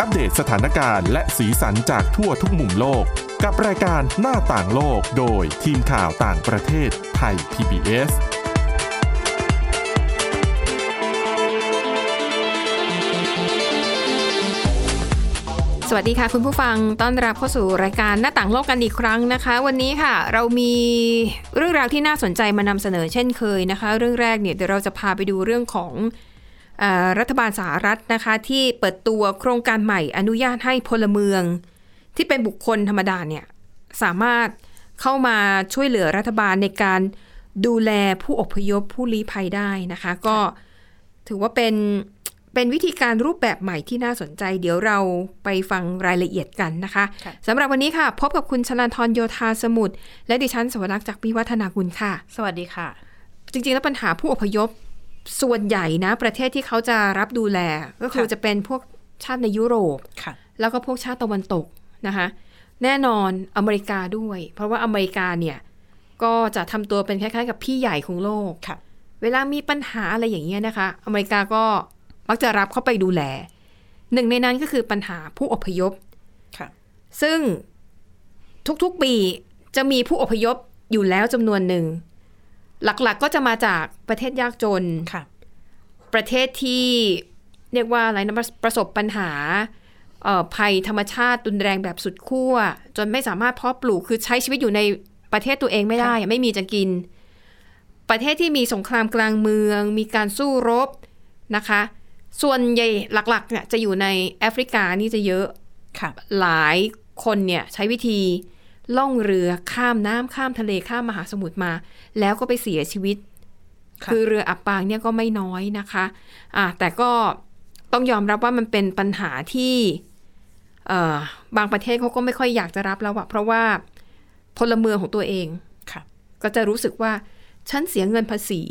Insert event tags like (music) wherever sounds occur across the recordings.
อัปเดตสถานการณ์และสีสันจากทั่วทุกมุมโลก กับรายการหน้าต่างโลกโดยทีมข่าวต่างประเทศไทย PBS สวัสดีค่ะคุณผู้ฟังต้อนรับเข้าสู่รายการหน้าต่างโลกกันอีกครั้งนะคะ วันนี้ค่ะเรามีเรื่องราวที่น่าสนใจมานำเสนอเช่นเคยนะคะ เรื่องแรกเนี่ยเดี๋ยวเราจะพาไปดูเรื่องของเออรัฐบาลสหรัฐนะคะ ที่เปิดตัวโครงการใหม่อนุญาตให้พลเมือง ที่เป็นบุคคลธรรมดาเนี่ยสามารถเข้ามาช่วยเหลือรัฐบาลในการดูแลผู้อพยพผู้ลี้ภัยได้นะคะ ก็ถือว่าเป็น เป็นวิธีการรูปแบบใหม่ที่น่าสนใจ เดี๋ยวเราไปฟังรายละเอียดกันนะคะ ค่ะ สำหรับวันนี้ค่ะ พบกับคุณชลันทรโยธาสมุทรและดิฉันสวรักษ์จากพิวัฒนาคุณค่ะ สวัสดีค่ะ จริงๆ แล้วปัญหาผู้อพยพส่วนใหญ่นะ ประเทศที่เขาจะรับดูแล ก็คือ ค่ะ จะเป็นพวกชาติในยุโรป ค่ะ แล้วก็พวกชาติตะวันตกนะคะ แน่นอนอเมริกาด้วย เพราะว่าอเมริกาเนี่ยก็จะทำตัวเป็นคล้ายๆ กับพี่ใหญ่ของโลก ค่ะ เวลามีปัญหาอะไรอย่างเงี้ยนะคะ อเมริกาก็มักจะรับเข้าไปดูแล หนึ่งในนั้นก็คือปัญหาผู้อพยพ ค่ะ ซึ่งทุกๆปีจะมีผู้อพยพอยู่แล้วจำนวนหนึ่ง หลักๆก็จะมาจากประเทศยากจน ค่ะ ประเทศที่เรียกว่าอะไรนะประประสบปัญหาเอ่อภัยธรรมชาติรุนแรงแบบสุดขั้วจนไม่สามารถเพาะปลูกคือใช้ชีวิตอยู่ในประเทศตัวเองไม่ได้ไม่มีจะกิน ประเทศที่มีสงครามกลางเมือง มีการสู้รบนะคะ ส่วนใหญ่หลักๆเนี่ยจะอยู่ในแอฟริกานี่จะเยอะ ค่ะ หลายคนเนี่ยใช้วิธีล่องเรือข้ามน้ำข้ามทะเลข้ามมหาสมุทรมา แล้วก็ไปเสียชีวิต ค่ะ คือเรืออับปางเนี่ยก็ไม่น้อยนะคะอ่ะแต่ก็ต้องยอมรับว่ามันเป็นปัญหาที่เอ่อบางประเทศเขาก็ไม่ค่อยอยากจะรับแล้วอะเพราะว่าพลเมืองของตัวเอง ค่ะ ก็จะรู้สึกว่า ฉันเสียเงินภาษี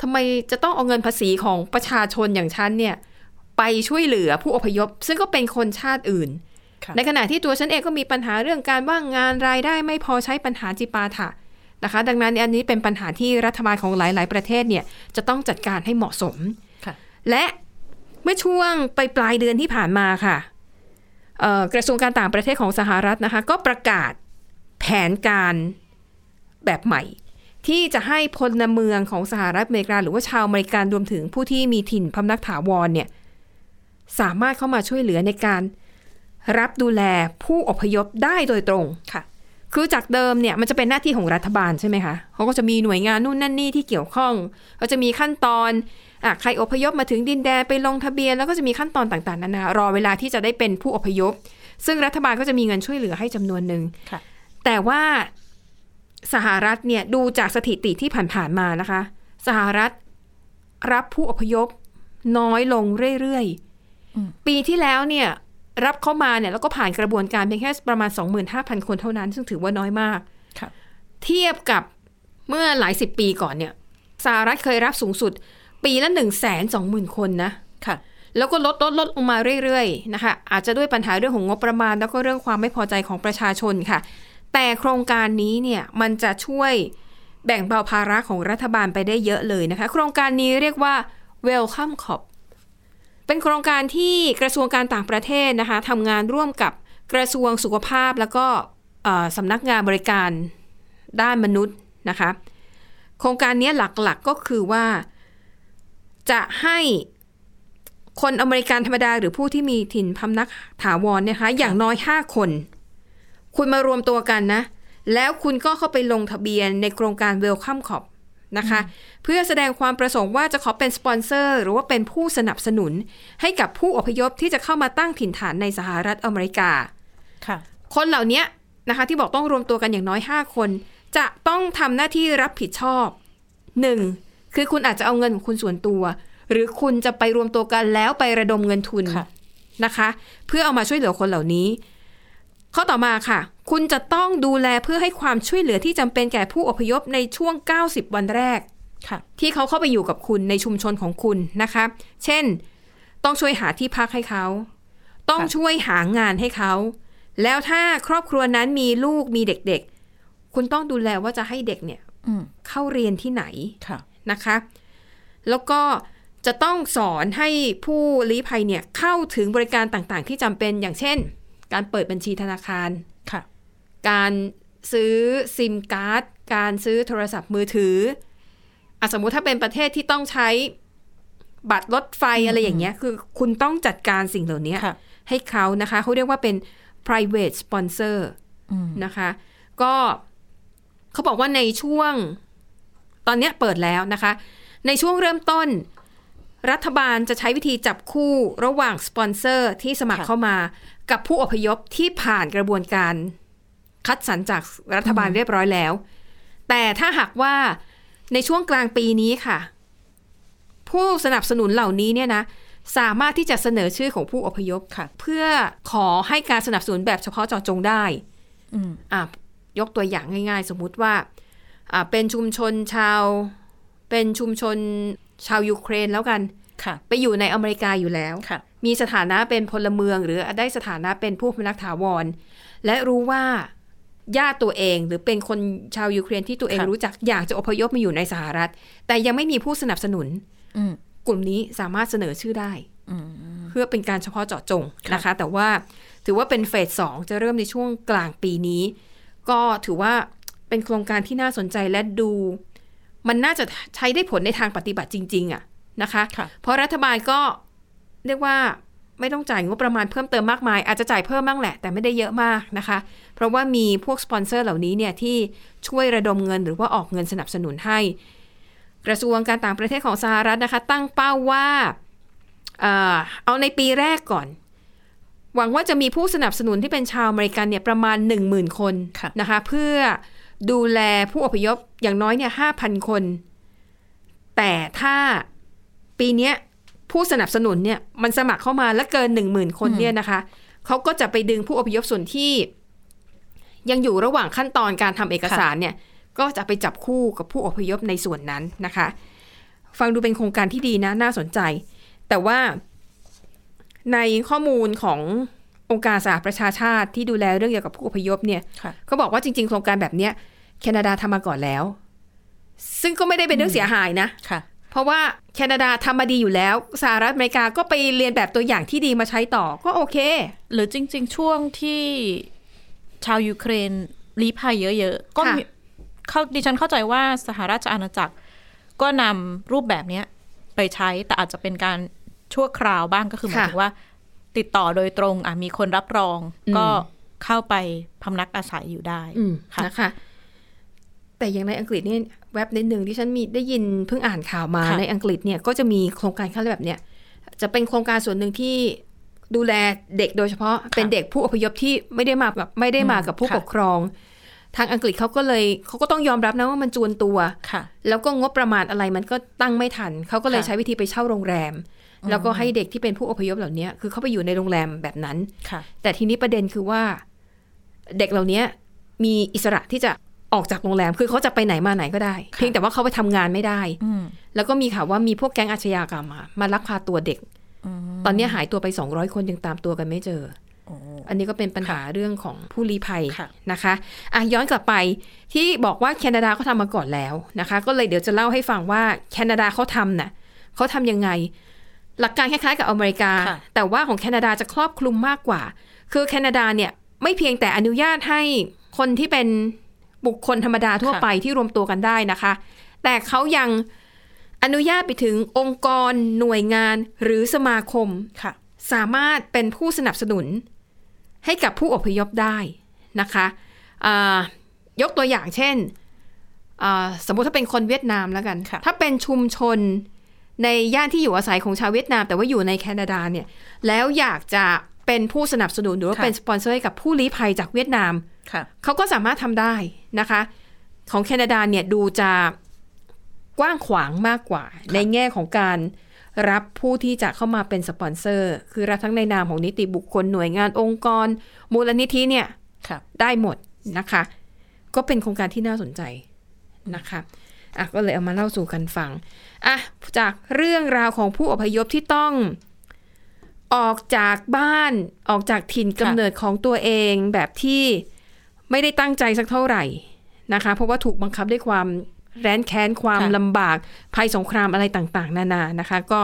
ทำไมจะต้องเอาเงินภาษีของประชาชนอย่างฉันเนี่ยไปช่วยเหลือผู้อพยพ ซึ่งก็เป็นคนชาติอื่น ค่ะ ในขณะที่ตัวฉันเองก็มีปัญหาเรื่องการว่างงานรายได้ไม่พอใช้ปัญหาจิปาถะนะคะ ดังนั้นอันนี้เป็นปัญหาที่รัฐบาลของหลาย ๆ ประเทศเนี่ยจะต้องจัดการให้เหมาะสม ค่ะ และเมื่อช่วงปลายปลายๆเดือนที่ผ่านมาค่ะเอ่อกระทรวงการต่างประเทศของสหรัฐนะคะ ก็ประกาศแผนการแบบใหม่ ที่จะให้พลเมืองของสหรัฐอเมริกา หรือว่าชาวอเมริกันรวมถึงผู้ที่มีถิ่นพำนักถาวรเนี่ยสามารถเข้ามาช่วยเหลือในการรับดูแลผู้อพยพได้โดยตรง ค่ะ คือจากเดิมเนี่ยมันจะเป็นหน้าที่ของรัฐบาลใช่ไหมคะเขาก็จะมีหน่วยงานนู่นนั่นนี่ที่เกี่ยวข้องก็จะมีขั้นตอนอ่ะใครอพยพมาถึงดินแดนไปลงทะเบียน แล้วก็จะมีขั้นตอนต่างๆนานารอเวลาที่จะได้เป็นผู้อพยพ ซึ่งรัฐบาลก็จะมีเงินช่วยเหลือให้จำนวนหนึ่ง ค่ะ แต่ว่าสหรัฐเนี่ยดูจากสถิติที่ผ่านๆมานะคะ สหรัฐรับผู้อพยพน้อยลงเรื่อย อืม ๆปีที่แล้วเนี่ยรับเข้ามาเนี่ยแล้วก็ผ่านกระบวนการเพียงแค่ประมาณ 25,000 คนเท่านั้น ซึ่งถือว่าน้อยมาก ค่ะ เทียบกับเมื่อหลายสิบปีก่อนเนี่ยสหรัฐเคยรับสูงสุด ปีละ1นึ่งแสนสองหมื่นคนนะ ค่ะ แล้วก็ลดลดลดลงมาเรื่อยๆนะคะ อาจจะด้วยปัญหาเรื่องของงบประมาณ แล้วก็เรื่องความไม่พอใจของประชาชนค่ะ แต่โครงการนี้เนี่ยมันจะช่วยแบ่งเบาภาระของรัฐบาลไปได้เยอะเลยนะคะ โครงการนี้เรียกว่า Welcome Corp เป็นโครงการที่กระทรวงการต่างประเทศนะคะทำงานร่วมกับกระทรวงสุขภาพแล้วก็เอ่อสำนักงานบริการด้านมนุษย์นะคะ โครงการนี้หลักๆก็คือว่าจะให้ คนอเมริกันธรรมดาหรือผู้ที่มีถิ่นพำนักถาวรเนยนะคะอย่างน้อย 5 คน คุณมารวมตัวกันนะ แล้วคุณก็เข้าไปลงทะเบียนในโครงการ Welcome c o p นะคะ เพื่อแสดงความประสงค์ว่าจะขอเป็นสปอนเซอร์ หรือว่าเป็นผู้สนับสนุน ให้กับผู้อพยพที่จะเข้ามาตั้งถิ่นฐานในสหรัฐอเมริกา ค่ะ คนเหล่านี้นะคะ ที่บอกต้องรวมตัวกันอย่างน้อย 5 คน จะต้องทำหน้าที่รับผิดชอบ 1. คือคุณอาจจะเอาเงินของคุณส่วนตัว หรือคุณจะไปรวมตัวกันแล้วไประดมเงินทุน ค่ะ นะคะ เพื่อเอามาช่วยเหลือคนเหล่านี้ ข้อต่อมาค่ะ คุณจะต้องดูแลเพื่อให้ความช่วยเหลือที่จำเป็นแก่ผู้อพยพในช่วง 90 วันแรก ค่ะ ที่เขาเข้าไปอยู่กับคุณในชุมชนของคุณนะคะ เช่น ต้องช่วยหาที่พักให้เขา ต้อง ค่ะ ช่วยหางานให้เขา แล้วถ้าครอบครัวนั้นมีลูกมีเด็กๆ คุณต้องดูแลว่าจะให้เด็กเนี่ย อืม เข้าเรียนที่ไหน ค่ะ นะคะ แล้วก็ จะต้องสอนให้ผู้ลี้ภัยเนี่ยเข้าถึงบริการต่างๆ ที่จำเป็นอย่างเช่น การเปิดบัญชีธนาคาร ค่ะ การซื้อซิมการ์ด การซื้อโทรศัพท์มือถืออะสมมุติถ้าเป็นประเทศที่ต้องใช้บัตรรถไฟอะไรอย่างเงี้ย คือคุณต้องจัดการสิ่งเหล่านี้ ค่ะ ให้เขานะคะ เขาเรียกว่าเป็น private sponsor อืม นะคะ ก็เขาบอกว่าในช่วงตอนเนี้ยเปิดแล้วนะคะ ในช่วงเริ่มต้น รัฐบาลจะใช้วิธีจับคู่ระหว่างสปอนเซอร์ที่สมัคร ค่ะ เข้ามา กับผู้อพยพที่ผ่านกระบวนการ คัดสรรจากรัฐบาลเรียบร้อยแล้ว แต่ถ้าหากว่าในช่วงกลางปีนี้ค่ะ ผู้สนับสนุนเหล่านี้เนี่ยนะสามารถที่จะเสนอชื่อของผู้อพยพ ค่ะ เพื่อขอให้การสนับสนุนแบบเฉพาะเจาะจงได้ อืม อ่ะยกตัวอย่างง่ายๆ สมมุติว่าอ่ะเป็นชุมชนชาวเป็นชุมชนชาวยูเครนแล้วกัน ค่ะ ไปอยู่ในอเมริกาอยู่แล้ว ค่ะ มีสถานะเป็นพลเมืองหรือได้สถานะเป็นผู้พำนักถาวร และรู้ว่าญาติตัวเองหรือเป็นคนชาวยูเครนที่ตัวเอง ค่ะ รู้จักอยากจะอพยพมาอยู่ในสหรัฐ แต่ยังไม่มีผู้สนับสนุน อืม กลุ่มนี้สามารถเสนอชื่อได้ อืม เพื่อเป็นการเฉพาะเจาะจง ค่ะ นะคะ แต่ว่าถือว่าเป็นเฟสสองจะเริ่มในช่วงกลางปีนี้ ก็ถือว่าเป็นโครงการที่น่าสนใจและดู มันน่าจะใช้ได้ผลในทางปฏิบัติจริง ๆอะนะคะ ค่ะ เพราะรัฐบาลก็เรียกว่าไม่ต้องจ่ายงบประมาณเพิ่มเติมมากมาย อาจจะจ่ายเพิ่มบ้างแหละ แต่ไม่ได้เยอะมากนะคะ เพราะว่ามีพวกสปอนเซอร์เหล่านี้เนี่ยที่ช่วยระดมเงินหรือว่าออกเงินสนับสนุนให้ กระทรวงการต่างประเทศของสหรัฐนะคะ ตั้งเป้าว่าเอ่อเอาในปีแรกก่อน หวังว่าจะมีผู้สนับสนุนที่เป็นชาวอเมริกันเนี่ยประมาณ 10,000 คน ค่ะ นะคะ เพื่อดูแลผู้อพยพอย่างน้อยเนี่ย5,000 คน แต่ถ้า ปีเนี้ยผู้สนับสนุนเนี่ยมันสมัครเข้ามาแล้วเกินหนึ่งหมื่นคนเนี่ยนะคะเขาก็จะไปดึงผู้อพยพส่วนที่ ยังอยู่ระหว่างขั้นตอนการทำเอกสารเนี่ย ก็จะไปจับคู่กับผู้อพยพในส่วนนั้นนะคะ ฟังดูเป็นโครงการที่ดีนะน่าสนใจ แต่ว่าในข้อมูลขององค์การสหประชาชาติที่ดูแลเรื่องเกี่ยวกับผู้อพยพเนี่ย ค่ะ เขาบอกว่าจริง ๆ โครงการแบบเนี้ยแคนาดาทำมาก่อนแล้ว ซึ่งก็ไม่ได้เป็นเรื่องเสียหายนะ ค่ะ เพราะว่าแคนาดาทำมาดีอยู่แล้ว สหรัฐอเมริกาก็ไปเรียนแบบตัวอย่างที่ดีมาใช้ต่อก็โอเค หรือจริง ๆ ช่วงที่ชาวยูเครนลี้ภัยเยอะๆ ก็มี ค่ะ เข้าดิฉันเข้าใจว่าสหราชอาณาจักร ก็นำรูปแบบเนี้ยไปใช้แต่อาจจะเป็นการชั่วคราวบ้างก็คือหมาย ค่ะ ถึงว่า ติดต่อโดยตรงอ่ะมีคนรับรอง อืม ก็เข้าไปพำนักอาศัยอยู่ได้ ค่ะ นะคะ แต่อย่างในอังกฤษเนี่ยแว็บนิดหนึ่งที่ฉันมีได้ยินเพิ่งอ่านข่าวมา ค่ะ ในอังกฤษเนี่ยก็จะมีโครงการค่าแบบเนี้ยจะเป็นโครงการส่วนหนึ่งที่ดูแลเด็กโดยเฉพาะเป็นเด็กผู้อพยพที่ไม่ได้มากับไม่ได้มากับผู้ ค่ะ ปกครอง ทางอังกฤษเขาก็เลยเขาก็ต้องยอมรับนะว่ามันจวนตัว ค่ะ แล้วก็งบประมาณอะไรมันก็ตั้งไม่ทัน เขาก็เลย ค่ะ ใช้วิธีไปเช่าโรงแรม แล้วก็ให้เด็กที่เป็นผู้อพยพเหล่านี้คือเขาไปอยู่ในโรงแรมแบบนั้น ค่ะ แต่ทีนี้ประเด็นคือว่า เด็กเหล่านี้มีอิสระที่จะออกจากโรงแรม คือเขาจะไปไหนมาไหนก็ได้ ค่ะ เพียงแต่ว่าเขาไปทำงานไม่ได้ อืม แล้วก็มีข่าวว่ามีพวกแก๊งอาชญากรรมมามาลักพาตัวเด็ก อืม ตอนนี้หายตัวไป 200 คนยังตามตัวกันไม่เจอ โอ้ อันนี้ก็เป็นปัญหาเรื่องของผู้ลี้ภัย ค่ะ นะคะอ่ะย้อนกลับไปที่บอกว่าแคนาดาเขาทำมาก่อนแล้วนะคะ ก็เลยเดี๋ยวจะเล่าให้ฟังว่าแคนาดาเขาทำน่ะเขาทำยังไง หลักการคล้ายๆกับอเมริกา ค่ะ แต่ว่าของแคนาดาจะครอบคลุมมากกว่า คือแคนาดาเนี่ยไม่เพียงแต่อนุญาตให้คนที่เป็นบุคคลธรรมดาทั่วไปที่รวมตัวกันได้นะคะ แต่เขายังอนุญาตไปถึงองค์กรหน่วยงานหรือสมาคม ค่ะ สามารถเป็นผู้สนับสนุนให้กับผู้อพยพได้นะคะอ่ายกตัวอย่างเช่นอ่าสมมุติถ้าเป็นคนเวียดนามแล้วกัน ค่ะ ถ้าเป็นชุมชนในย่านที่อยู่อาศัยของชาวเวียดนาม แต่ว่าอยู่ในแคนาดาเนี่ยแล้วอยากจะเป็นผู้สนับสนุนหรือว่าเป็นสปอนเซอร์ให้กับผู้ลี้ภัยจากเวียดนาม ค่ะ เขาก็สามารถทำได้นะคะ ของแคนาดาเนี่ยดูจะกว้างขวางมากกว่า ในแง่ของการรับผู้ที่จะเข้ามาเป็นสปอนเซอร์ คือรับทั้งในนามของนิติบุคคลหน่วยงานองค์กร มูลนิธิเนี่ย ค่ะ ได้หมดนะคะ ก็เป็นโครงการที่น่าสนใจนะคะอ่ะก็เลยเอามาเล่าสู่กันฟังอ่ะจากเรื่องราวของผู้อพยพที่ต้องออกจากบ้านออกจากถิ่นกำ ค่ะ เนิดของตัวเองแบบที่ ไม่ได้ตั้งใจสักเท่าไหร่นะคะ เพราะว่าถูกบังคับด้วยความแร้นแค้นความ ค่ะ ลำบากภัยสงครามอะไรต่าง ๆ นานานะคะ ก็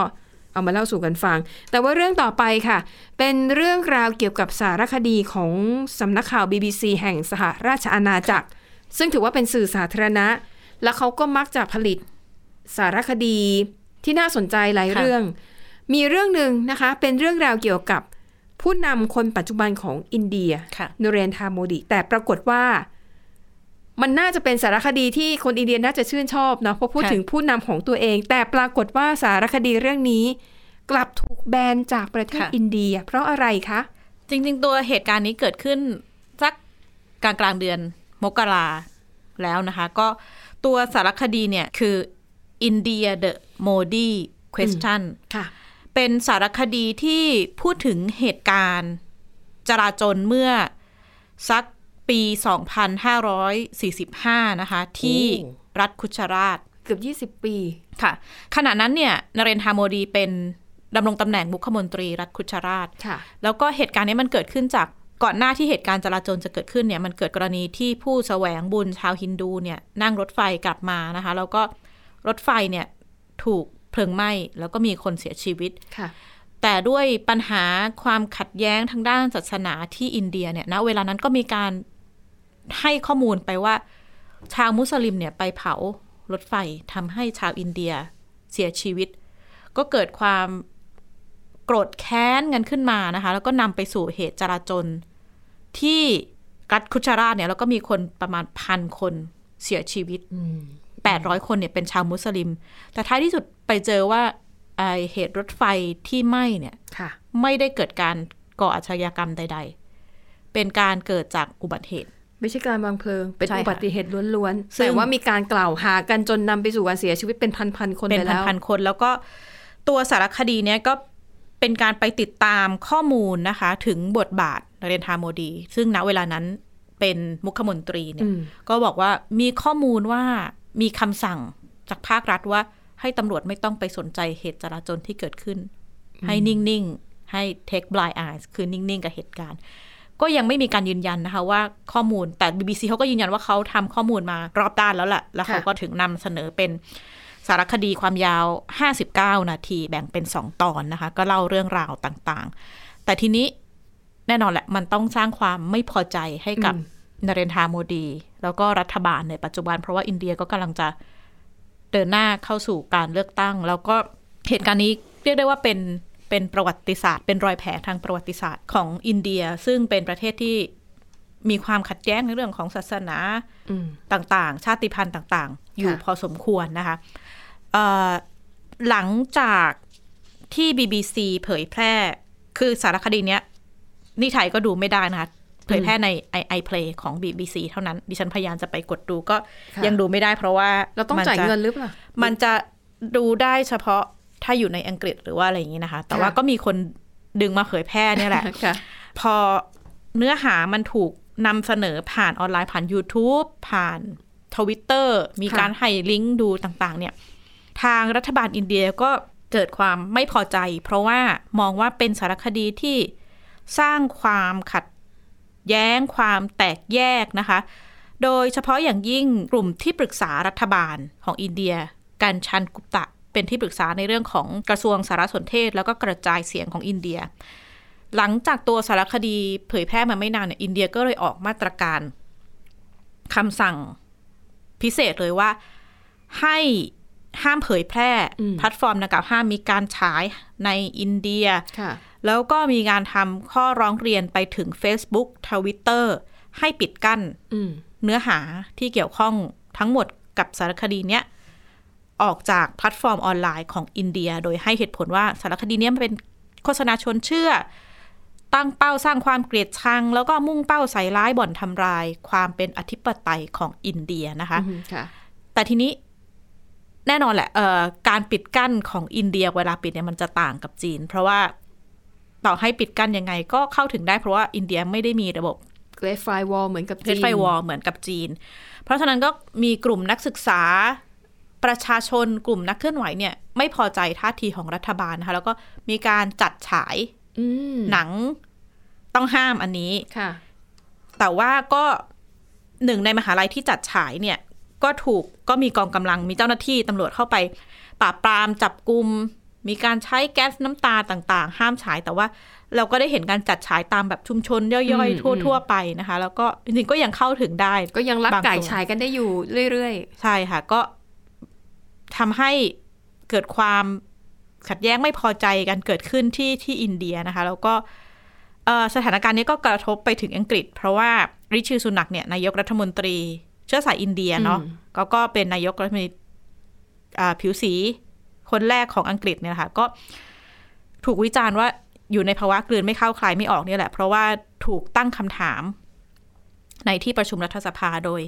เอามาเล่าสู่กันฟัง แต่ว่าเรื่องต่อไปค่ะ เป็นเรื่องราวเกี่ยวกับสารคดีของสำนักข่าว BBC แห่งสหราชอาณาจักร ซึ่งถือว่าเป็นสื่อสาธารณะ และเขาก็มักจะผลิตสารคดีที่น่าสนใจหลาย ค่ะ เรื่อง มีเรื่องหนึ่งนะคะ เป็นเรื่องราวเกี่ยวกับผู้นำคนปัจจุบันของอินเดีย ค่ะ นเรนทาโมดิ แต่ปรากฏว่า มันน่าจะเป็นสารคดีที่คนอินเดียน่าจะชื่นชอบเนาะเพราะพูด ค่ะ ถึงผู้นำของตัวเอง แต่ปรากฏว่าสารคดีเรื่องนี้ กลับถูกแบนจากประเทศอินเดีย เพราะอะไรคะ จริงๆ ตัวเหตุการณ์นี้เกิดขึ้นสักกลางกลางๆเดือนมกราแล้วนะคะ ก็ตัวสารคดีเนี่ยคือ India the Modi Question ค่ะ เป็นสารคดีที่พูดถึงเหตุการณ์จราจรเมื่อสักปี 2545 นะคะ ที่ โอ้ รัฐคุชราช เกือบ 20 ปี ค่ะขณะนั้นเนี่ยนเรนทราโมดีเป็นดำรงตำแหน่งมุขมนตรีรัฐคุชราช ค่ะ แล้วก็เหตุการณ์นี้มันเกิดขึ้นจากก่อนหน้าที่เหตุการณ์จราจรจะเกิดขึ้นเนี่ยมันเกิดกรณีที่ผู้แสวงบุญชาวฮินดูเนี่ยนั่งรถไฟกลับมานะคะ แล้วก็รถไฟเนี่ยถูกเพลิงไหม้แล้วก็มีคนเสียชีวิต ค่ะ แต่ด้วยปัญหาความขัดแย้งทางด้านศาสนาที่อินเดียเนี่ยนะเวลานั้นก็มีการให้ข้อมูลไปว่า ชาวมุสลิมเนี่ยไปเผารถไฟทำให้ชาวอินเดียเสียชีวิต ก็เกิดความโกรธแค้นกันขึ้นมานะคะ แล้วก็นำไปสู่เหตุจราจนที่รัฐคุชราชเนี่ยแล้วก็มีคนประมาณพันคนเสียชีวิต 800 คนเนี่ยเป็นชาวมุสลิม แต่ท้ายที่สุดไปเจอว่าไอ้เหตุรถไฟที่ไหม้เนี่ย ค่ะ ไม่ได้เกิดการก่ออาชญากรรมใด ๆ เป็นการเกิดจากอุบัติเหตุ ไม่ใช่การวางเพลิง เป็น ใช่ค่ะ อุบัติเหตุล้วนๆ ซึ่ง แต่ว่ามีการกล่าวหากันจนนำไปสู่การเสียชีวิตเป็นพันๆคน เป็น ไปแล้ว พันๆคนแล้วก็ตัวสารคดีเนี้ยก็เป็นการไปติดตามข้อมูลนะคะ ถึงบทบาทนเรนทราโมดี ซึ่งณเวลานั้นเป็นมุขมนตรีเนี่ย อืม ก็บอกว่ามีข้อมูลว่ามีคำสั่งจากภาครัฐว่าให้ตำรวจไม่ต้องไปสนใจเหตุจราจรที่เกิดขึ้น ให้นิ่ง ๆ ให้ take blind eyes คือนิ่ง ๆ กับเหตุการณ์ ก็ยังไม่มีการยืนยันนะคะว่าข้อมูลแต่ BBC เขาก็ยืนยันว่าเขาทำข้อมูลมารอบด้านแล้วล่ะ แล้วเขา ค่ะ ก็ถึงนำเสนอเป็นสารคดีความยาว 59 นาทีแบ่งเป็น 2 ตอนนะคะ ก็เล่าเรื่องราวต่างๆ แต่ทีนี้แน่นอนแหละ มันต้องสร้างความไม่พอใจให้กับนเรนทราโมดี แล้วก็รัฐบาลในปัจจุบัน เพราะว่าอินเดียก็กำลังจะ เดินหน้าเข้าสู่การเลือกตั้ง แล้วก็เหตุการณ์นี้เรียกได้ว่าเป็นเป็นประวัติศาสตร์ เป็นรอยแผลทางประวัติศาสตร์ของอินเดีย ซึ่งเป็นประเทศที่มีความขัดแย้งในเรื่องของศาสนา อืม ต่างๆ ชาติพันธุ์ต่างๆ อยู่ ค่ะ พอสมควรนะคะเอ่อหลังจากที่ BBC เผยแพร่ คือสารคดีเนี้ยนี่ไทยก็ดูไม่ได้นะคะเผยแพร่ใน i i play ของ BBC เท่านั้น ดิฉันพยายามจะไปกดดูก็ยังดูไม่ได้เพราะว่า เราต้อง มัน จ่าย จะ เงินหรือเปล่า มันจะดูได้เฉพาะถ้าอยู่ในอังกฤษหรือว่าอะไรอย่างนี้นะคะ แต่ว่า ค่ะ ก็มีคนดึงมาเผยแพร่เนี่ยแหละ ค่ะ พอเนื้อหามันถูกนำเสนอผ่านออนไลน์ผ่าน YouTube ผ่านทวิตเตอร์มี ค่ะ การให้ลิงก์ดูต่างๆ เนี่ย ทางรัฐบาลอินเดียก็เกิดความไม่พอใจ เพราะว่ามองว่าเป็นสารคดีที่สร้างความขัดแย้งความแตกแยกนะคะ โดยเฉพาะอย่างยิ่งกลุ่มที่ปรึกษารัฐบาลของอินเดีย การชันกุปตะ เป็นที่ปรึกษาในเรื่องของกระทรวงสารสนเทศ แล้วก็กระจายเสียงของอินเดีย หลังจากตัวสารคดีเผยแพร่มาไม่นานเนี่ยอินเดียก็เลยออกมาตรการคำสั่งพิเศษเลยว่า ให้ห้ามเผยแพร่ อืม แพลตฟอร์มดังกล่าวห้ามมีการฉายในอินเดีย ค่ะ แล้วก็มีการทำข้อร้องเรียนไปถึง Facebook Twitter ให้ปิดกั้น อืม เนื้อหาที่เกี่ยวข้องทั้งหมดกับสารคดีเนี้ยออกจากแพลตฟอร์มออนไลน์ของอินเดีย โดยให้เหตุผลว่าสารคดีเนี้ยมันเป็นโฆษณาชวนเชื่อ ตั้งเป้าสร้างความเกลียดชัง แล้วก็มุ่งเป้าใส่ร้ายบ่อนทำลาย ความเป็นอธิปไตยของอินเดียนะคะ อืมค่ะ แต่ทีนี้แน่นอนแหละเอ่อการปิดกั้นของอินเดียเวลาปิดเนี่ยมันจะต่างกับจีน เพราะว่าต่อให้ปิดกั้นยังไงก็เข้าถึงได้เพราะว่าอินเดียไม่ได้มีระบบ เกรดไฟวอลเหมือนกับ เรดไฟวอลเหมือนกับจีน เพราะฉะนั้นก็มีกลุ่มนักศึกษาประชาชนกลุ่มนักเคลื่อนไหวเนี่ย ไม่พอใจท่าทีของรัฐบาลนะคะแล้วก็มีการจัดฉาย อืม หนังต้องห้ามอันนี้ ค่ะ แต่ว่าก็หนึ่งในมหาลัยที่จัดฉายเนี่ย ก็ถูกก็มีกองกำลังมีเจ้าหน้าที่ตำรวจเข้าไปปราบปรามจับกลุ่ม มีการใช้แก๊สน้ำตาต่างๆ ห้ามฉายแต่ว่าเราก็ได้เห็นการจัดฉายตามแบบชุมชนย่อย อืม ๆ ทั่ว ๆ ไปนะคะ แล้วก็จริงๆก็ยังเข้าถึงได้ ก็ยังรับ บางส่วน ไก่ฉายกันได้อยู่เรื่อย ใช่ค่ะ ก็ทำให้เกิดความขัดแย้งไม่พอใจกันเกิดขึ้นที่ที่อินเดียนะคะ แล้วก็เอ่อสถานการณ์นี้ก็กระทบไปถึงอังกฤษ เพราะว่าริชิสุนักเนี่ยนายกรัฐมนตรี เชื้อสายอินเดียเนาะ อืม ก็ก็เป็นนายกรัฐมนตรีอ่าผิวสีคนแรกของอังกฤษเนี่ยนะค่ะก็ถูกวิจารณ์ว่าอยู่ในภาวะกลืนไม่เข้าคลายไม่ออกเนี่ยแหละ เพราะว่าถูกตั้งคำถามในที่ประชุมรัฐสภาโดย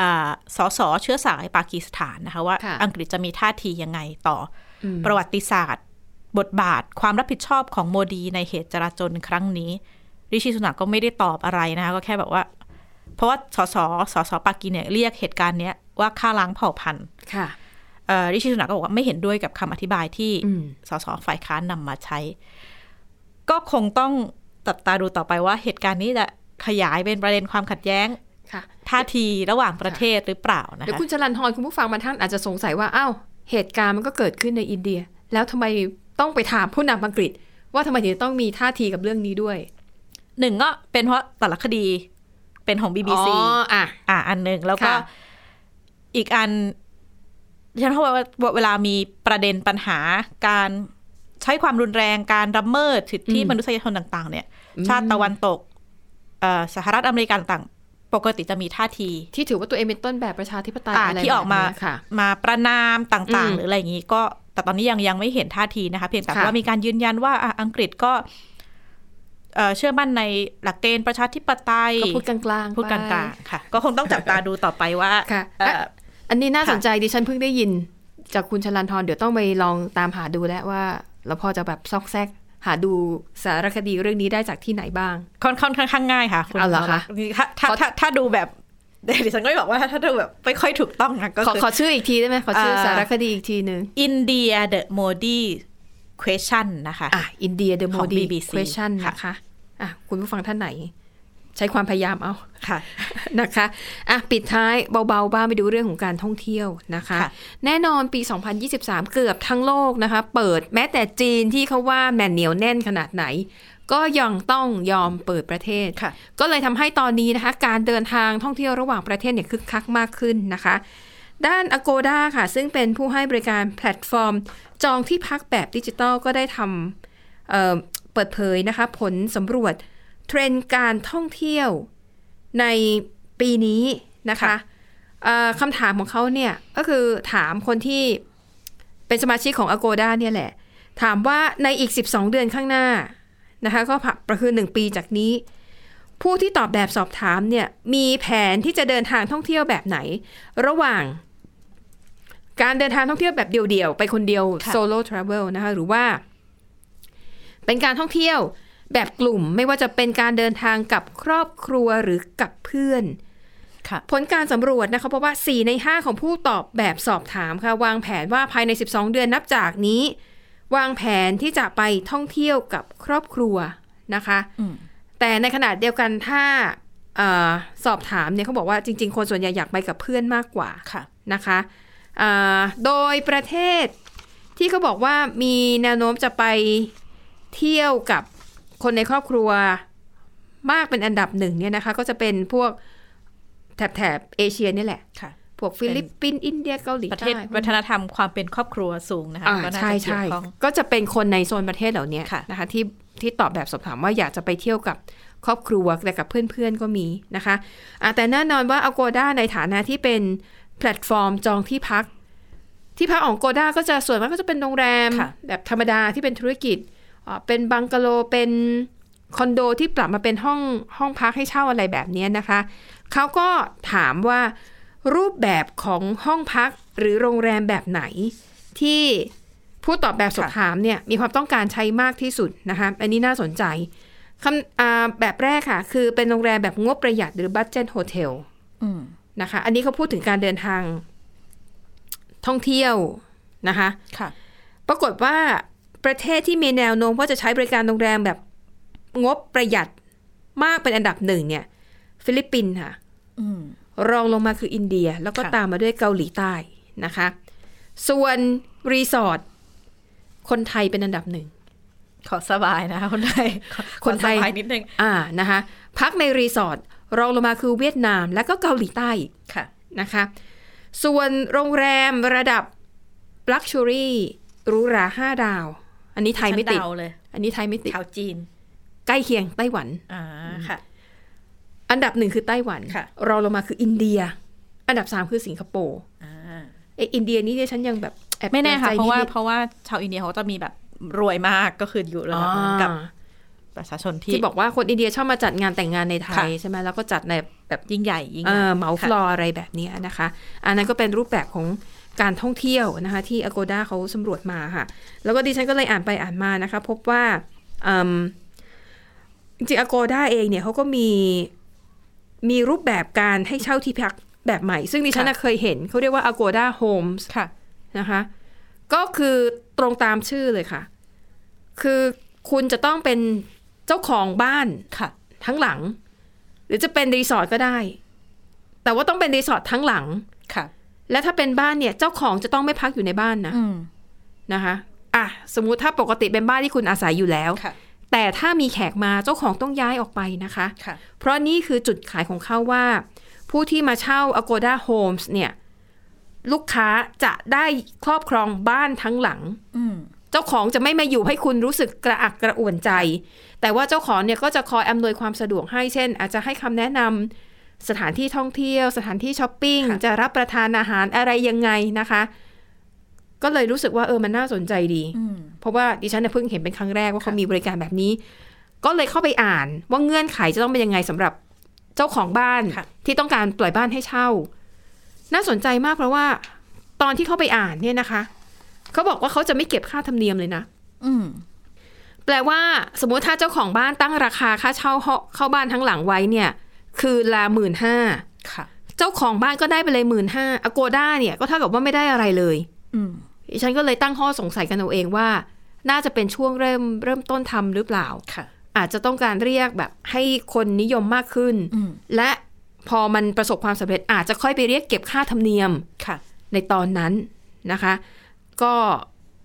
อ่าสอสอเชื้อสายปากีสถานนะคะว่า ค่ะ อังกฤษจะมีท่าทียังไงต่อ ๆอืม อประวัติศาสตร์ บทบาทความรับผิดชอบของโมดีในเหตุจราจนครั้งนี้ ริชิสุนักก็ไม่ได้ตอบอะไรนะคะก็แค่แบบว่า เพราะว่าสสสสปากีเนี่ยเรียกเหตุการณ์เนี้ยว่าฆ่าล้างเผ่าพันธุ์ ค่ะ เอ่อริชิสุนักก็บอกว่าไม่เห็นด้วยกับคำอธิบายที่ อืม สสฝ่ายค้านนำมาใช้ ก็คงต้องจับตาดูต่อไปว่าเหตุการณ์นี้จะขยายเป็นประเด็นความขัดแย้ง ค่ะ ท่าทีระหว่างประเทศหรือเปล่านะคะ เดี๋ยวคุณจรันทรคุณผู้ฟังบางท่านอาจจะสงสัยว่าอ้าวเหตุการณ์มันก็เกิดขึ้นในอินเดีย แล้วทำไมต้องไปถามผู้นำอังกฤษ ว่าทำไมถึงต้องมีท่าทีกับเรื่องนี้ด้วย หนึ่งก็เป็นเพราะสารคดีเป็นของ BBC อ๋ออ่ะ อ่ะอันหนึ่งแล้วก็ ค่ะ อีกอันฉันเข้าใจว่าเวลามีประเด็นปัญหาการใช้ความรุนแรงการละเมิดสิทธิมนุษยชนต่าง ๆ เนี่ย ชาติตะวันตกเอ่อสหรัฐอเมริกาต่างๆปกติจะมีท่าที ที่ถือว่าตัวเองเป็นต้นแบบประชาธิปไตย อ่า อะไร ที่ออกมา แบบนี้ค่ะ มาประนามต่าง อืม ๆ หรืออะไรอย่างนี้ก็แต่ตอนนี้ยังยังไม่เห็นท่าทีนะคะ เพียงแต่ ค่ะ ว่ามีการยืนยันว่าอ่ะอังกฤษก็เอ่อเชื่อมั่นในหลักเกณฑ์ประชาธิปไตย ก็พูดกลางๆ พูดกลาง ไป ๆค่ะ ก็คงต้องจับตาดูต่อไปว่า (laughs) ค่ะ เอ่อ อันนี้น่า ค่ะ สนใจดิฉันเพิ่งได้ยิน จากคุณชลันทรเดี๋ยวต้องไปลองตามหาดูแล้วว่าเราพอจะแบบซอกแซกหาดูสารคดีเรื่องนี้ได้จากที่ไหนบ้าง ค่อนค่อนค่อนข้างง่ายค่ะคุณ เอาเหรอคะ ถ้าถ้า ขอ ถ้าถ้าดูแบบเดี๋ยวดิฉันก็จะบอกว่าถ้าถ้าดูแบบไม่ค่อยถูกต้องนะก็ ขอ คือ ขอชื่ออีกทีได้ไหมขอชื่อ เอ่อ สารคดีอีกทีหนึ่ง India the Modi question นะคะ อ่ะอินเดียเดอะโม ของ ดี BBC เควชั่น ค่ะ นะคะอ่ะคุณผู้ฟังท่านไหน ใช้ความพยายามเอา (laughs) ค่ะ นะคะอ่ะปิดท้ายเบาๆ บ้างไปดูเรื่องของการท่องเที่ยวนะคะ ค่ะ แน่นอนปี 2023 เกือบทั้งโลกนะคะ เปิดแม้แต่จีนที่เขาว่าแมนเหนียวแน่นขนาดไหน ก็ยังต้องยอมเปิดประเทศ ค่ะ ก็เลยทำให้ตอนนี้นะคะ การเดินทางท่องเที่ยวระหว่างประเทศเนี่ยคึกคักมากขึ้นนะคะ ด้าน Agoda ค่ะ ซึ่งเป็นผู้ให้บริการแพลตฟอร์ม จองที่พักแบบดิจิทัลก็ได้ทำเอ่อเปิดเผยนะคะ ผลสำรวจเทรนด์การท่องเที่ยวในปีนี้นะคะ ค่ะ เอ่อคำถามของเขาเนี่ยก็คือถามคนที่เป็นสมาชิกของ Agoda เนี่ยแหละ ถามว่าในอีก 12 เดือนข้างหน้านะคะก็ประคือ 1 ปีจากนี้ ผู้ที่ตอบแบบสอบถามเนี่ยมีแผนที่จะเดินทางท่องเที่ยวแบบไหน ระหว่าง การเดินทางท่องเที่ยวแบบเดี่ยวๆ ไปคนเดียว ค่ะ solo travel นะคะหรือว่า เป็นการท่องเที่ยวแบบกลุ่มไม่ว่าจะเป็นการเดินทางกับครอบครัวหรือกับเพื่อน ค่ะ ผลการสำรวจนะคะพบว่า 4 ใน 5 ของผู้ตอบแบบสอบถามค่ะ วางแผนว่าภายใน 12 เดือนนับจากนี้ วางแผนที่จะไปท่องเที่ยวกับครอบครัวนะคะ อืม แต่ในขณะเดียวกันถ้าเออสอบถามเนี่ยเขาบอกว่าจริง ๆ คนส่วนใหญ่อยากไปกับเพื่อนมากกว่า ค่ะ นะคะอ่าโดยประเทศที่เขาบอกว่ามีแนวโน้มจะไปเที่ยวกับคนในครอบครัวมากเป็นอันดับหนึ่งเนี่ยนะคะ ก็จะเป็นพวกแถบแถบเอเชียนี่แหละ ค่ะ พวกฟิลิปปินส์อินเดียเกาหลี ประเทศ ใต้ วัฒนธรรมความเป็นครอบครัวสูงนะคะ อ่า ก็น่า ใช่ จะเกี่ย ใช่ วข้อง ก็จะเป็นคนในโซนประเทศเหล่านี้ ค่ะ นะคะที่ที่ตอบแบบสอบถามว่าอยากจะไปเที่ยวกับครอบครัวแต่กับเพื่อนๆก็มีนะคะอ่ะแต่แน่นอนว่า Agoda ในฐานะที่เป็นแพลตฟอร์มจองที่พัก ที่พักของโกด้าก็จะส่วนมากก็จะเป็นโรงแรม ค่ะ แบบธรรมดาที่เป็นธุรกิจอ่าเป็นบังกะโลเป็นคอนโดที่ปรับมาเป็นห้องห้องพักให้เช่าอะไรแบบเนี้ยนะคะ เขาก็ถามว่ารูปแบบของห้องพักหรือโรงแรมแบบไหน ที่ผู้ตอบแบบสอบถามเนี่ยมีความต้องการใช้มากที่สุดนะคะ อันนี้น่าสนใจคำอ่าแบบแรกค่ะ คือเป็นโรงแรมแบบงบประหยัดหรือบัตเจ t โฮเทล อืม นะคะ อันนี้เขาพูดถึงการเดินทางท่องเที่ยวนะคะ ค่ะ ปรากฏว่าประเทศที่มีแนวโน้มว่าจะใช้บริการโรงแรมแบบงบประหยัดมากเป็นอันดับหนึ่งเนี่ย ฟิลิปปินส์ค่ะ อืม รองลงมาคืออินเดีย แล้วก็ ค่ะ ตามมาด้วยเกาหลีใต้นะคะ ส่วนรีสอร์ท คนไทยเป็นอันดับหนึ่ง ขอสบายนะคะคนไทยขอ คนไทย ขอสบายนิดนึง อ่านะคะพักในรีสอร์ทรองลงมาคือเวียดนามและก็เกาหลีใต้อีก ค่ะ นะคะ ส่วนโรงแรมระดับ Luxury หรูหราห้าดาว อันนี้ไทยไม่ติด ฉันเาเลย อันนี้ไทยไม่ติด ชาวจีน ใกล้เคียงไต้หวัน อ่าค่ะ อันดับหนึ่งคือไต้หวัน ค่ะ รองลงมาคืออินเดีย อันดับสามคือสิงคโปร์ อ่า ไอยอินเดียนี่ดิฉันยังแบบแอบ ไม่แน่ค่ะ ใจ เพราะว่า นิดๆ เพราะว่าชาวอินเดียเขาจะมีแบบรวยมากก็คืออยู่ระ อ่า ดับนั้นกับประชาชนที่ ที่บอกว่าคนอินเดียชอบมาจัดงานแต่งงานในไท ค่ะ ยใช่ไหมแล้วก็จัดในแบบ ยิ่งใหญ่ยิ่ง เอ ใหญ่ อเหมาฟลอร์อะไรแบบเนี้ยนะคะ อันนั้นก็เป็นรูปแบบของการท่องเที่ยวนะคะที่ Agoda เขาสำรวจมาค่ะ แล้วก็ดิฉันก็เลยอ่านไปอ่านมานะคะ พบว่าอืมจริงๆ Agoda เองเนี่ยเขาก็มีมีรูปแบบการให้เช่าที่พักแบบใหม่ ซึ่งดิฉันน่ะเคยเห็นเขาเรียกว่า Agoda Homes ค่ะ นะคะ ก็คือตรงตามชื่อเลยค่ะ คือคุณจะต้องเป็นเจ้าของบ้าน ค่ะ ทั้งหลัง หรือจะเป็นรีสอร์ทก็ได้ แต่ว่าต้องเป็นรีสอร์ททั้งหลัง ค่ะ และถ้าเป็นบ้านเนี่ย เจ้าของจะต้องไม่พักอยู่ในบ้านนะ อืม นะคะอ่ะสมมุติถ้าปกติเป็นบ้านที่คุณอาศัยอยู่แล้ว ค่ะ แต่ถ้ามีแขกมาเจ้าของต้องย้ายออกไปนะคะ ค่ะ เพราะนี่คือจุดขายของเขาว่า ผู้ที่มาเช่า Agoda Homes เนี่ย ลูกค้าจะได้ครอบครองบ้านทั้งหลัง อืม เจ้าของจะไม่มาอยู่ให้คุณรู้สึกกระอักกระอ่วนใจ แต่ว่าเจ้าของเนี่ยก็จะคอยอำนวยความสะดวกให้ เช่น อาจจะให้คำแนะนำสถานที่ท่องเที่ยว สถานที่ช้อปปิ้ง ค่ะ จะรับประทานอาหารอะไรยังไงนะคะ ก็เลยรู้สึกว่าเออมันน่าสนใจดี อืม เพราะว่าดิฉันเนี่ยเพิ่งเห็นเป็นครั้งแรกว่าเขา ค่ะ มีบริการแบบนี้ ก็เลยเข้าไปอ่านว่าเงื่อนไขจะต้องเป็นยังไงสำหรับเจ้าของบ้าน ค่ะ ที่ต้องการปล่อยบ้านให้เช่า น่าสนใจมากเพราะว่าตอนที่เข้าไปอ่านเนี่ยนะคะ เขาบอกว่าเขาจะไม่เก็บค่าธรรมเนียมเลยนะ อืม แปลว่าสมมุติถ้าเจ้าของบ้านตั้งราคาค่าเช่าห้องเข้าบ้านทั้งหลังไว้เนี่ย คือละหมื่นห้า ค่ะ เจ้าของบ้านก็ได้ไปเลยหมื่นห้าอโกด้าเนี่ยก็เท่ากับว่าไม่ได้อะไรเลย อืม ดิฉันก็เลยตั้งข้อสงสัยกันเอาเองว่า น่าจะเป็นช่วงเริ่มเริ่มต้นทำหรือเปล่า ค่ะ อาจจะต้องการเรียกแบบให้คนนิยมมากขึ้น อืม และพอมันประสบความสำเร็จอาจจะค่อยไปเรียกเก็บค่าธรรมเนียม ค่ะ ในตอนนั้นนะคะ ก็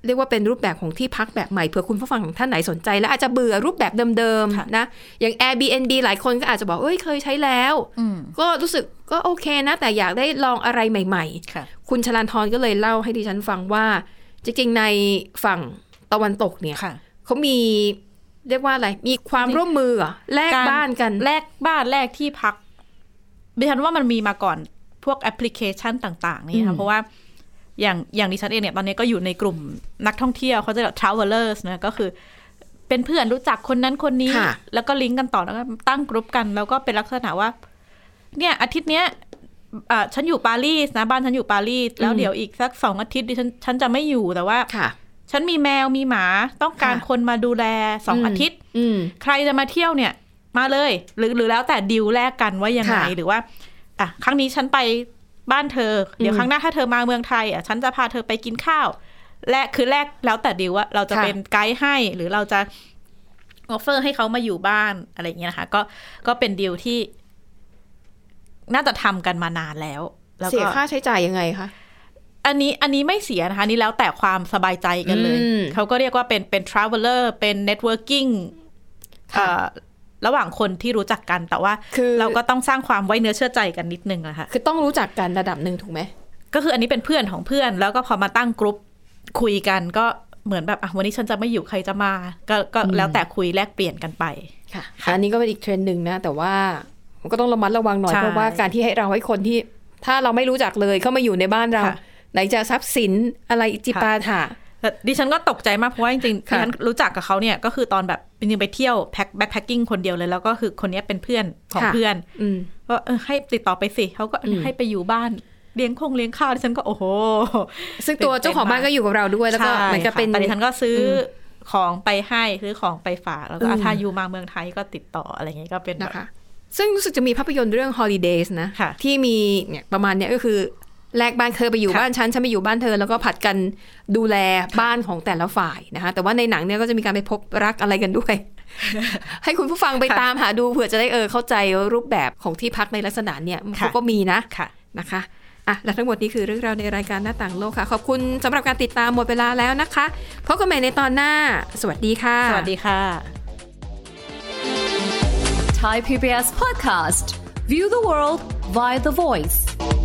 เรียกว่าเป็นรูปแบบของที่พักแบบใหม่เผื่อคุณผู้ฟังของท่านไหนสนใจ และอาจจะเบื่อรูปแบบเดิม ค่ะ ๆนะอย่าง Airbnb หลายคนก็อาจจะบอกเอ้ยเคยใช้แล้ว อืม ก็รู้สึกก็โอเคนะ แต่อยากได้ลองอะไรใหม่ ๆ ค่ะ คุณชลันทรก็เลยเล่าให้ดิฉันฟังว่า จริงๆในฝั่งตะวันตกเนี่ย ค่ะ เขามีเรียกว่าอะไร มีความร่วมมือเหรอแลก การ บ้านกัน แรกบ้านแรกที่พักดิฉันว่ามันมีมาก่อนพวกแอปพลิเคชันต่าง ๆ นี่นะ อื คะ ม เพราะว่าอย่างอย่างดิฉันเองเนี่ยตอนนี้ก็อยู่ในกลุ่มนักท่องเที่ยวเขาจะแบบ travelers นะก็คือเป็นเพื่อนรู้จักคนนั้นคนนี้ ค่ะ แล้วก็ลิงก์กันต่อแล้วก็ตั้งกลุ่มกัน แล้วก็เป็นลักษณะว่า เนี่ยอาทิตย์เนี้ยเอ่อฉันอยู่ปารีสนะ บ้านฉันอยู่ปารีสแล้ว อืม เดี๋ยวอีกสักสองอาทิตย์ดิฉันฉันจะไม่อยู่แต่ว่า ค่ะ ฉันมีแมวมีหมาต้องการ ค่ะ คนมาดูแลสองอาทิตย์ อืม ใครจะมาเที่ยวเนี่ย มาเลย หรือหรือแล้วแต่ดิวแลกกันว่ายังไง ค่ะ หรือว่าอ่ะครั้งนี้ฉันไปบ้านเธอ เดี๋ยว อืม ครั้งหน้าถ้าเธอมาเมืองไทยอ่ะฉันจะพาเธอไปกินข้าว และคือแลกแล้วแต่ดิวว่าเราจะ ค่ะ เป็นไกด์ให้ หรือเราจะออฟเฟอร์ให้เขามาอยู่บ้านอะไรอย่างเงี้ยนะคะ ก็ก็เป็นดิวที่ น่าจะทำกันมานานแล้ว แล้ว เสีย ก็ ค่าใช้จ่ายยังไงคะ อันนี้อันนี้ไม่เสียนะคะอันนี่แล้วแต่ความสบายใจกันเลย อืม เขาก็เรียกว่าเป็นเป็น traveler เป็น networking เอ่อระหว่างคนที่รู้จักกันแต่ว่า คือ เราก็ต้องสร้างความไว้เนื้อเชื่อใจกันนิดนึงนะคะ คือต้องรู้จักกันระดับหนึ่งถูกไหม ก็คืออันนี้เป็นเพื่อนของเพื่อน แล้วก็พอมาตั้งกรุ๊ปคุยกันก็เหมือนแบบอ่ะวันนี้ฉันจะไม่อยู่ใครจะมา ก็ก็ อืม แล้วแต่คุยแลกเปลี่ยนกันไป ค่ะ อันนี้ก็เป็นอีกเทรนด์หนึ่งนะ แต่ว่ามันก็ต้องระมัดระวังหน่อย ใช่ เพราะว่าการที่ให้เราให้คนที่ ถ้าเราไม่รู้จักเลยเข้ามาอยู่ในบ้านเรา ค่ะ ไหนจะทรัพย์สินอะไรอิจิ ค่ะ ปาถะ แต่ดิฉันก็ตกใจมากเพราะว่าจริงๆดิ ค่ะ ฉันรู้จักกับเขาเนี่ยก็คือตอนแบบจริงๆไปเที่ยวแพ็คแบ็คแพคกิ้งคนเดียวเลยแล้วก็คือคนเนี้ยเป็นเพื่อนของเพื่อน อืม ก็เออให้ติดต่อไปสิเขาก็ อืม ให้ไปอยู่บ้านเลี้ยงคงเลี้ยงข้าวดิฉันก็โอ้โห ซึ่งตัวเจ้าของบ้านก็อยู่กับเราด้วยแล้วก็ ใช่ เหมือนกับเป็น ค่ะแต่ดิฉันก็ซื้ออ ม ของไปให้ซื้อของไปฝากแล้วก็ อืม อ่ะถ้าอยู่มาเมืองไทยก็ติดต่ออะไรอย่างเงี้ยก็เป็นแบบ นะคะ ซึ่งรู้สึกจะมีภาพยนตร์เรื่อง Holidays นะ ค่ะ ที่มีเนี่ยประมาณเนี้ยก็คือแลกบ้านเธอไปอยู่ ค่ะ บ้านฉันฉันไปอยู่บ้านเธอ แล้วก็ผัดกันดูแลบ้านของแต่ละฝ่ายนะคะ แต่ว่าในหนังเนี่ยก็จะมีการไปพบรักอะไรกัน (laughs) ด้วย ให้คุณผู้ฟังไป ค่ะ ตามหาดูเผื่อจะได้เออเข้าใจรูปแบบของที่พักในลักษณะเนี่ยเขาก็มีนะ ค่ะ นะคะ อ่ะและทั้งหมดนี้คือเรื่องราวในรายการหน้าต่างโลกค่ะ ขอบคุณสำหรับการติดตามหมดเวลาแล้วนะคะพบกันใหม่ในตอนหน้า สวัสดีค่ะ สวัสดีค่ะ Thai PBS podcast. View the world via the voice.